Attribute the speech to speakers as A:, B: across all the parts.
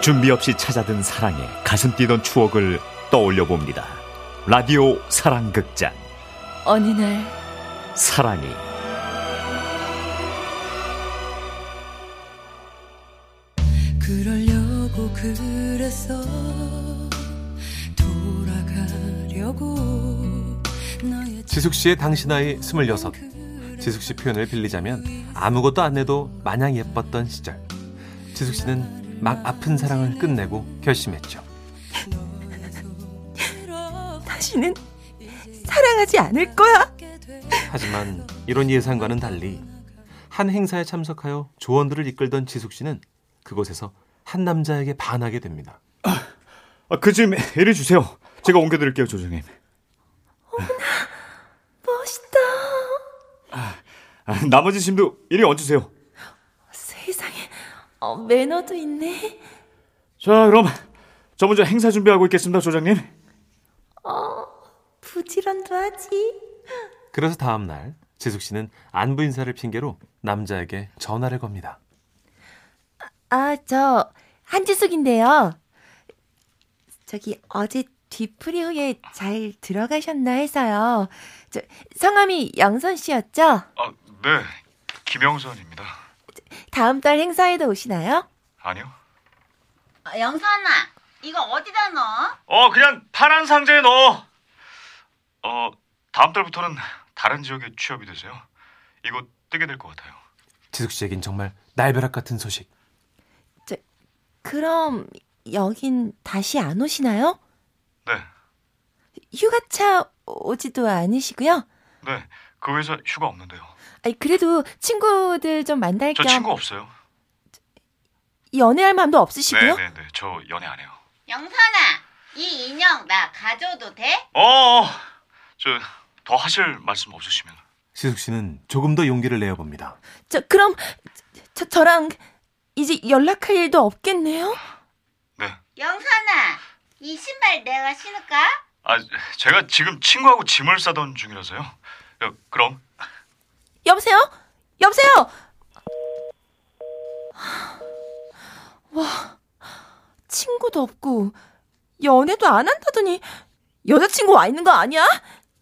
A: 준비 없이 찾아든 사랑에 가슴 뛰던 추억을 떠올려 봅니다. 라디오 사랑극장
B: 어느 날
A: 사랑이
C: 그러려고 그랬어 돌아가려고 너의
D: 지숙 씨의 당신 나이 26. 지숙 씨 표현을 빌리자면 아무것도 안 해도 마냥 예뻤던 시절. 지숙 씨는 막 아픈 사랑을 끝내고 결심했죠.
B: 다시는 사랑하지 않을 거야.
D: 하지만 이런 예상과는 달리 한 행사에 참석하여 조원들을 이끌던 지숙 씨는 그곳에서 한 남자에게 반하게 됩니다.
A: 아, 그좀 애를 주세요. 제가 옮겨드릴게요, 조정님.
B: 멋있다.
A: 아, 나머지 짐도 이리 얹으세요.
B: 세상에 어, 매너도 있네.
A: 자, 그럼 저 먼저 행사 준비하고 있겠습니다, 조장님.
B: 부지런도 하지.
D: 그래서 다음 날 지숙 씨는 안부 인사를 핑계로 남자에게 전화를 겁니다.
B: 아, 저 한지숙인데요. 저기 어제 뒤풀이 후에 잘 들어가셨나 해서요. 저 성함이 영선 씨였죠?
E: 아, 네. 김영선입니다.
B: 다음 달 행사에도 오시나요?
E: 아니요.
F: 어, 영선아, 이거 어디다 넣어?
E: 어, 그냥 파란 상자에 넣어. 어, 다음 달부터는 다른 지역에 취업이 되세요. 이거 뜨게 될 것 같아요.
D: 지숙 씨에겐 정말 날벼락 같은 소식.
B: 그럼 여긴 다시 안 오시나요?
E: 네.
B: 휴가차 오지도 않으시고요.
E: 네. 그 회사 휴가 없는데요.
B: 아니, 그래도 친구들 좀 만날
E: 저
B: 겸
E: 친구 없어요.
B: 연애할 마음도 없으시고요.
E: 네, 네, 네. 저 연애 안 해요.
F: 영선아, 이 인형 나 가져도 돼?
E: 어. 어. 저 더 하실 말씀 없으시면.
D: 지숙 씨는 조금 더 용기를 내어 봅니다.
E: 네.
B: 저 그럼 저, 저랑 이제 연락할 일도 없겠네요.
E: 네.
F: 영선아, 이 신발 내가 신을까?
E: 아, 제가 지금 친구하고 짐을 싸던 중이라서요. 야, 그럼
B: 여보세요? 여보세요? 와, 친구도 없고 연애도 안 한다더니 여자친구 와 있는 거 아니야?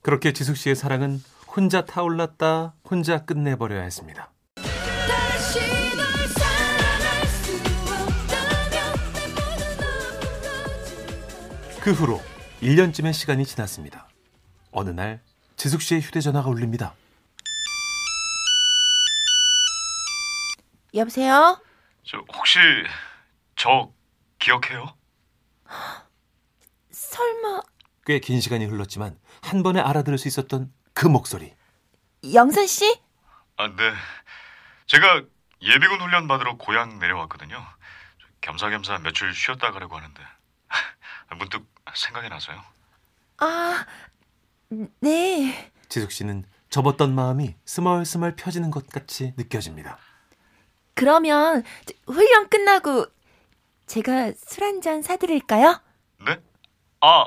D: 그렇게 지숙 씨의 사랑은 혼자 타올랐다 혼자 끝내버려야 했습니다.
C: 다시 널 사랑할 수 없다면 내 모든 눈물로
D: 그 후로 1년쯤의 시간이 지났습니다. 어느 날 지숙 씨의 휴대전화가 울립니다.
B: 여보세요?
E: 저 혹시 저 기억해요?
B: 설마
D: 꽤 긴 시간이 흘렀지만 한 번에 알아들을 수 있었던 그 목소리.
B: 영선 씨?
E: 아, 네. 제가 예비군 훈련 받으러 고향 내려왔거든요. 겸사겸사 며칠 쉬었다 가려고 하는데 아, 문득 생각이 나서요.
B: 아, 네.
D: 지숙 씨는 접었던 마음이 스멀스멀 펴지는 것 같이 느껴집니다.
B: 그러면 저 훈련 끝나고 제가 술 한 잔 사드릴까요?
E: 네? 아,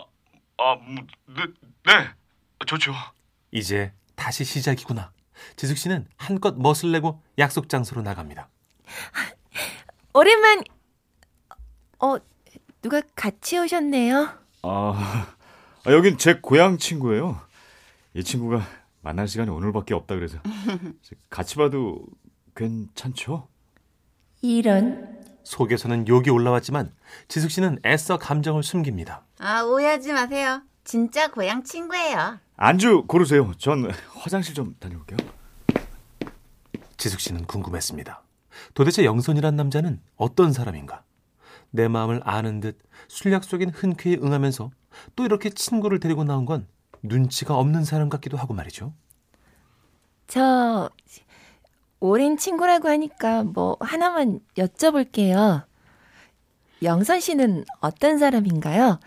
E: 아, 뭐, 네, 네, 좋죠.
D: 이제 다시 시작이구나. 지숙 씨는 한껏 멋을 내고 약속 장소로 나갑니다.
B: 오랜만 어 누가 같이 오셨네요.
A: 아, 아, 여긴 제 고향 친구예요. 이 친구가 만날 시간이 오늘밖에 없다 그래서 같이 봐도 괜찮죠?
B: 이런
D: 속에서는 욕이 올라왔지만 지숙 씨는 애써 감정을 숨깁니다.
F: 아, 오해하지 마세요. 진짜 고향 친구예요.
A: 안주 고르세요. 전 화장실 좀 다녀올게요.
D: 지숙 씨는 궁금했습니다. 도대체 영선이란 남자는 어떤 사람인가? 내 마음을 아는 듯 술약 속인 흔쾌히 응하면서 또 이렇게 친구를 데리고 나온 건 눈치가 없는 사람 같기도 하고 말이죠.
B: 저 오랜 친구라고 하니까 뭐 하나만 여쭤볼게요. 영선 씨는 어떤 사람인가요?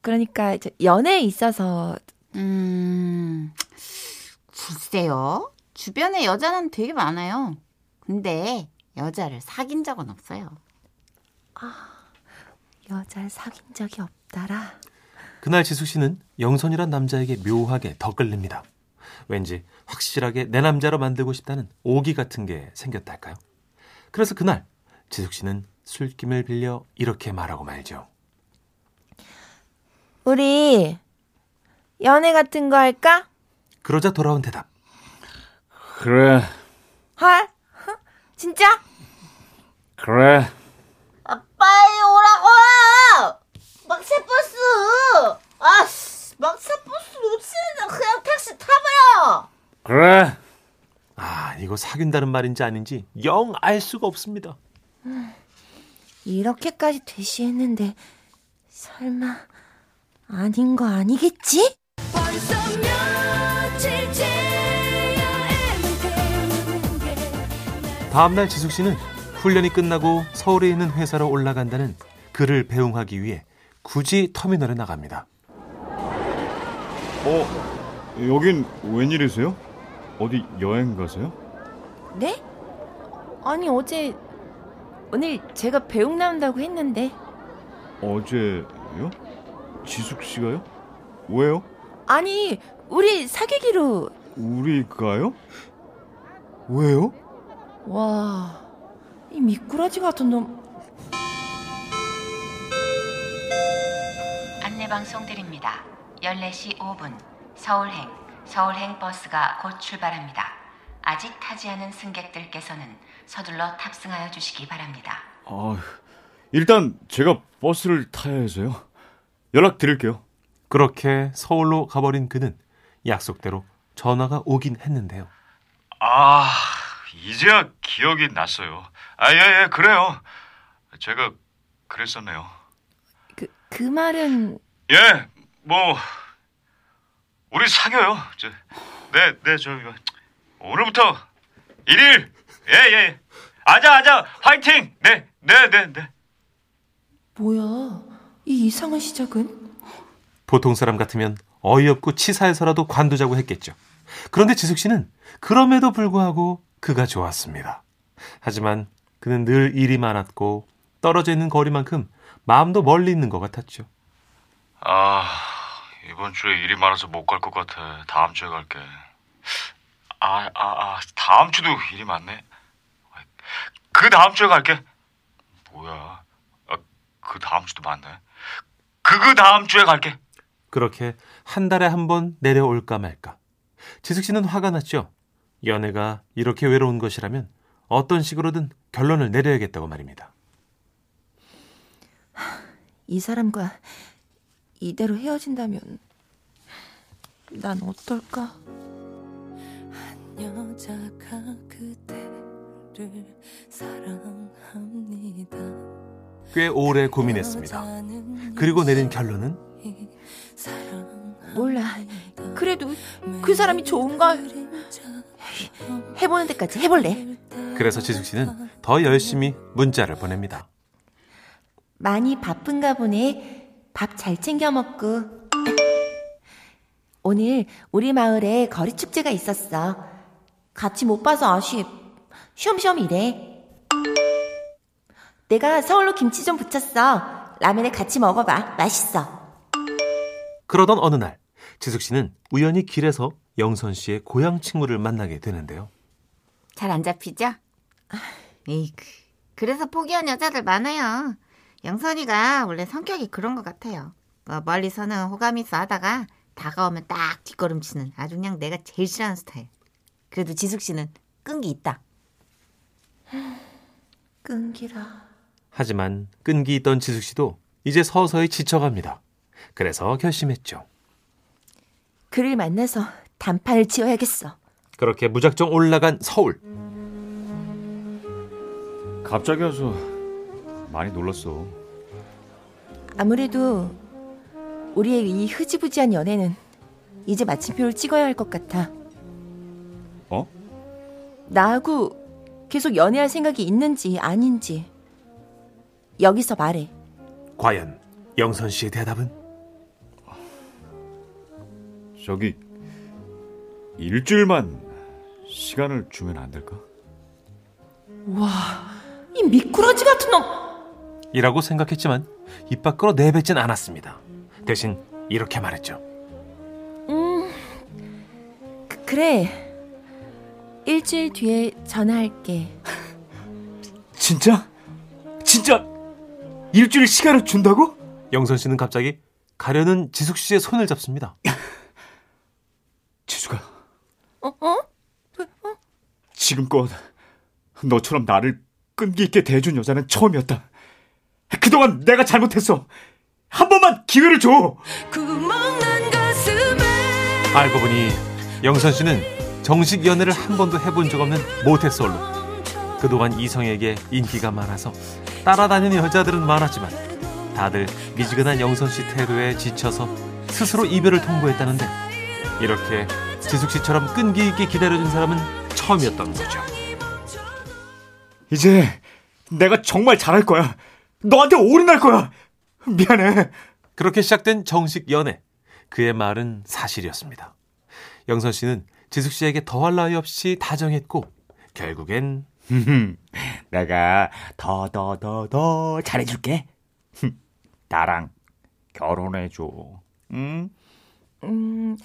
B: 그러니까 저 연애에 있어서
F: 음, 글쎄요. 주변에 여자는 되게 많아요. 근데 여자를 사귄 적은 없어요.
B: 여자를 사귄 적이 없다라.
D: 그날 지숙 씨는 영선이란 남자에게 묘하게 더 끌립니다. 왠지 확실하게 내 남자로 만들고 싶다는 오기 같은 게 생겼달까요? 그래서 그날 지숙 씨는 술김을 빌려 이렇게 말하고 말죠.
B: 우리 연애 같은 거 할까?
D: 그러자 돌아온 대답.
A: 그래,
B: 헐? 흥? 진짜?
A: 그래.
F: 아, 빨리 오라고! 막차버스! 아씨, 막차버스 놓치는 그냥 택시 타봐요!
A: 그래.
D: 아, 이거 사귄다는 말인지 아닌지 영 알 수가 없습니다.
B: 이렇게까지 대시했는데 설마 아닌 거 아니겠지?
C: 벌써 며칠째 여행되는 게
D: 다음날 지숙 씨는 훈련이 끝나고 서울에 있는 회사로 올라간다는 그를 배웅하기 위해 굳이 터미널에 나갑니다.
A: 어, 여긴 웬일이세요? 어디 여행 가세요?
B: 네? 아니 어제 오늘 제가 배웅 나온다고 했는데
A: 어제요? 지숙 씨가요? 왜요?
B: 아니 우리 사귀기로
A: 우리가요? 왜요?
B: 와 이 미꾸라지 같은 놈
G: 안내 방송 드립니다. 14시 5분 서울행 서울행 버스가 곧 출발합니다. 아직 타지 않은 승객들께서는 서둘러 탑승하여 주시기 바랍니다.
A: 아, 일단 제가 버스를 타야 해서요. 연락 드릴게요.
D: 그렇게 서울로 가버린 그는 약속대로 전화가 오긴 했는데요.
E: 아, 이제야 기억이 났어요. 아, 예, 예, 그래요. 제가 그랬었네요.
B: 그, 그 말은
E: 예, 뭐, 우리 사겨요. 저, 네, 네, 저, 이거, 오늘부터 일일 예, 예, 예. 아자, 아자, 화이팅! 네, 네, 네, 네.
B: 뭐야 이 이상한 시작은?
D: 보통 사람 같으면 어이없고 치사해서라도 관두자고 했겠죠. 그런데 지숙 씨는 그럼에도 불구하고 그가 좋았습니다. 하지만 그는 늘 일이 많았고 떨어져 있는 거리만큼 마음도 멀리 있는 것 같았죠.
E: 아, 이번 주에 일이 많아서 못 갈 것 같아. 다음 주에 갈게. 아, 아, 아, 다음 주도 일이 많네. 그 다음 주에 갈게. 뭐야? 아, 그 다음 주도 많네. 그 그 다음 주에 갈게.
D: 그렇게 한 달에 한 번 내려올까 말까. 지숙 씨는 화가 났죠. 연애가 이렇게 외로운 것이라면 어떤 식으로든 결론을 내려야겠다고 말입니다.
B: 이 사람과 이대로 헤어진다면 난 어떨까?
C: 여자가 그대를 사랑합니다.
D: 꽤 오래 고민했습니다.
C: 여자는
D: 그리고 내린 결론은
C: 여전히 사랑합니다.
B: 몰라. 그래도 그 사람이 좋은가
D: 그
B: 해보는 데까지 해볼래.
D: 그래서 지숙 씨는 더 열심히 문자를 보냅니다.
B: 많이 바쁜가 보네. 밥 잘 챙겨 먹고. 오늘 우리 마을에 거리 축제가 있었어. 같이 못 봐서 아쉽. 쉬엄쉬엄 이래. 내가 서울로 김치 좀 부쳤어. 라면에 같이 먹어봐. 맛있어.
D: 그러던 어느 날 지숙 씨는 우연히 길에서 영선 씨의 고향 친구를 만나게 되는데요.
F: 잘 안 잡히죠? 에이그. 그래서 포기한 여자들 많아요. 영선이가 원래 성격이 그런 것 같아요. 뭐 멀리서는 호감 있어 하다가 다가오면 딱 뒷걸음치는 아주 그냥 내가 제일 싫어하는 스타일. 그래도 지숙 씨는 끈기 있다.
B: 끈기라.
D: 하지만 끈기 있던 지숙 씨도 이제 서서히 지쳐갑니다. 그래서 결심했죠.
B: 그를 만나서 단판을 지어야겠어.
D: 그렇게 무작정 올라간 서울.
A: 갑자기 와서 많이 놀랐어.
B: 아무래도 우리의 이 흐지부지한 연애는 이제 마침표를 찍어야 할 것 같아.
A: 어?
B: 나하고 계속 연애할 생각이 있는지 아닌지 여기서 말해.
D: 과연 영선 씨의 대답은
A: 저기 일주일만 시간을 주면 안 될까?
B: 이 미꾸라지 같은 놈.
D: 이라고 생각했지만 입 밖으로 내뱉진 않았습니다. 대신 이렇게 말했죠.
B: 그, 그래. 일주일 뒤에 전화할게.
A: 진짜? 진짜 일주일 시간을 준다고?
D: 영선 씨는 갑자기 가려는 지숙 씨의 손을 잡습니다.
A: 지수가. 어? 지금껏 너처럼 나를 끈기 있게 대해준 여자는 처음이었다. 그동안 내가 잘못했어. 한 번만 기회를 줘.
C: 구멍난 가슴에
D: 알고 보니 영선 씨는 정식 연애를 한 번도 해본 적 없는 모태솔로. 그동안 이성에게 인기가 많아서 따라다니는 여자들은 많았지만 다들 미지근한 영선 씨 태도에 지쳐서 스스로 이별을 통보했다는데 이렇게 지숙 씨처럼 끈기 있게 기다려준 사람은 처음이었던 거죠.
A: 이제 내가 정말 잘할 거야. 너한테 올인할 거야. 미안해.
D: 그렇게 시작된 정식 연애. 그의 말은 사실이었습니다. 영선 씨는 지숙 씨에게 더할 나위 없이 다정했고 결국엔
A: 내가 더 더 더 더 잘해줄게. 나랑 결혼해줘. 응?
B: 음,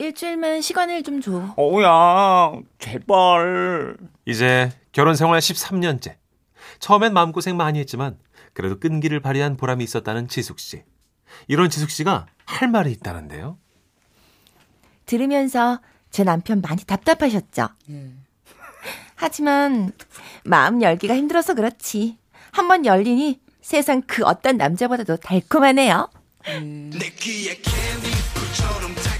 B: 일주일만 시간을 좀 줘.
A: 어우야, 제발.
D: 이제 결혼 생활 13년째. 처음엔 마음고생 많이 했지만 그래도 끈기를 발휘한 보람이 있었다는 지숙 씨. 이런 지숙 씨가 할 말이 있다는데요.
B: 들으면서 제 남편 많이 답답하셨죠. 하지만 마음 열기가 힘들어서 그렇지. 한 번 열리니 세상 그 어떤 남자보다도 달콤하네요.
H: 내 귀에 캔디 불처럼 달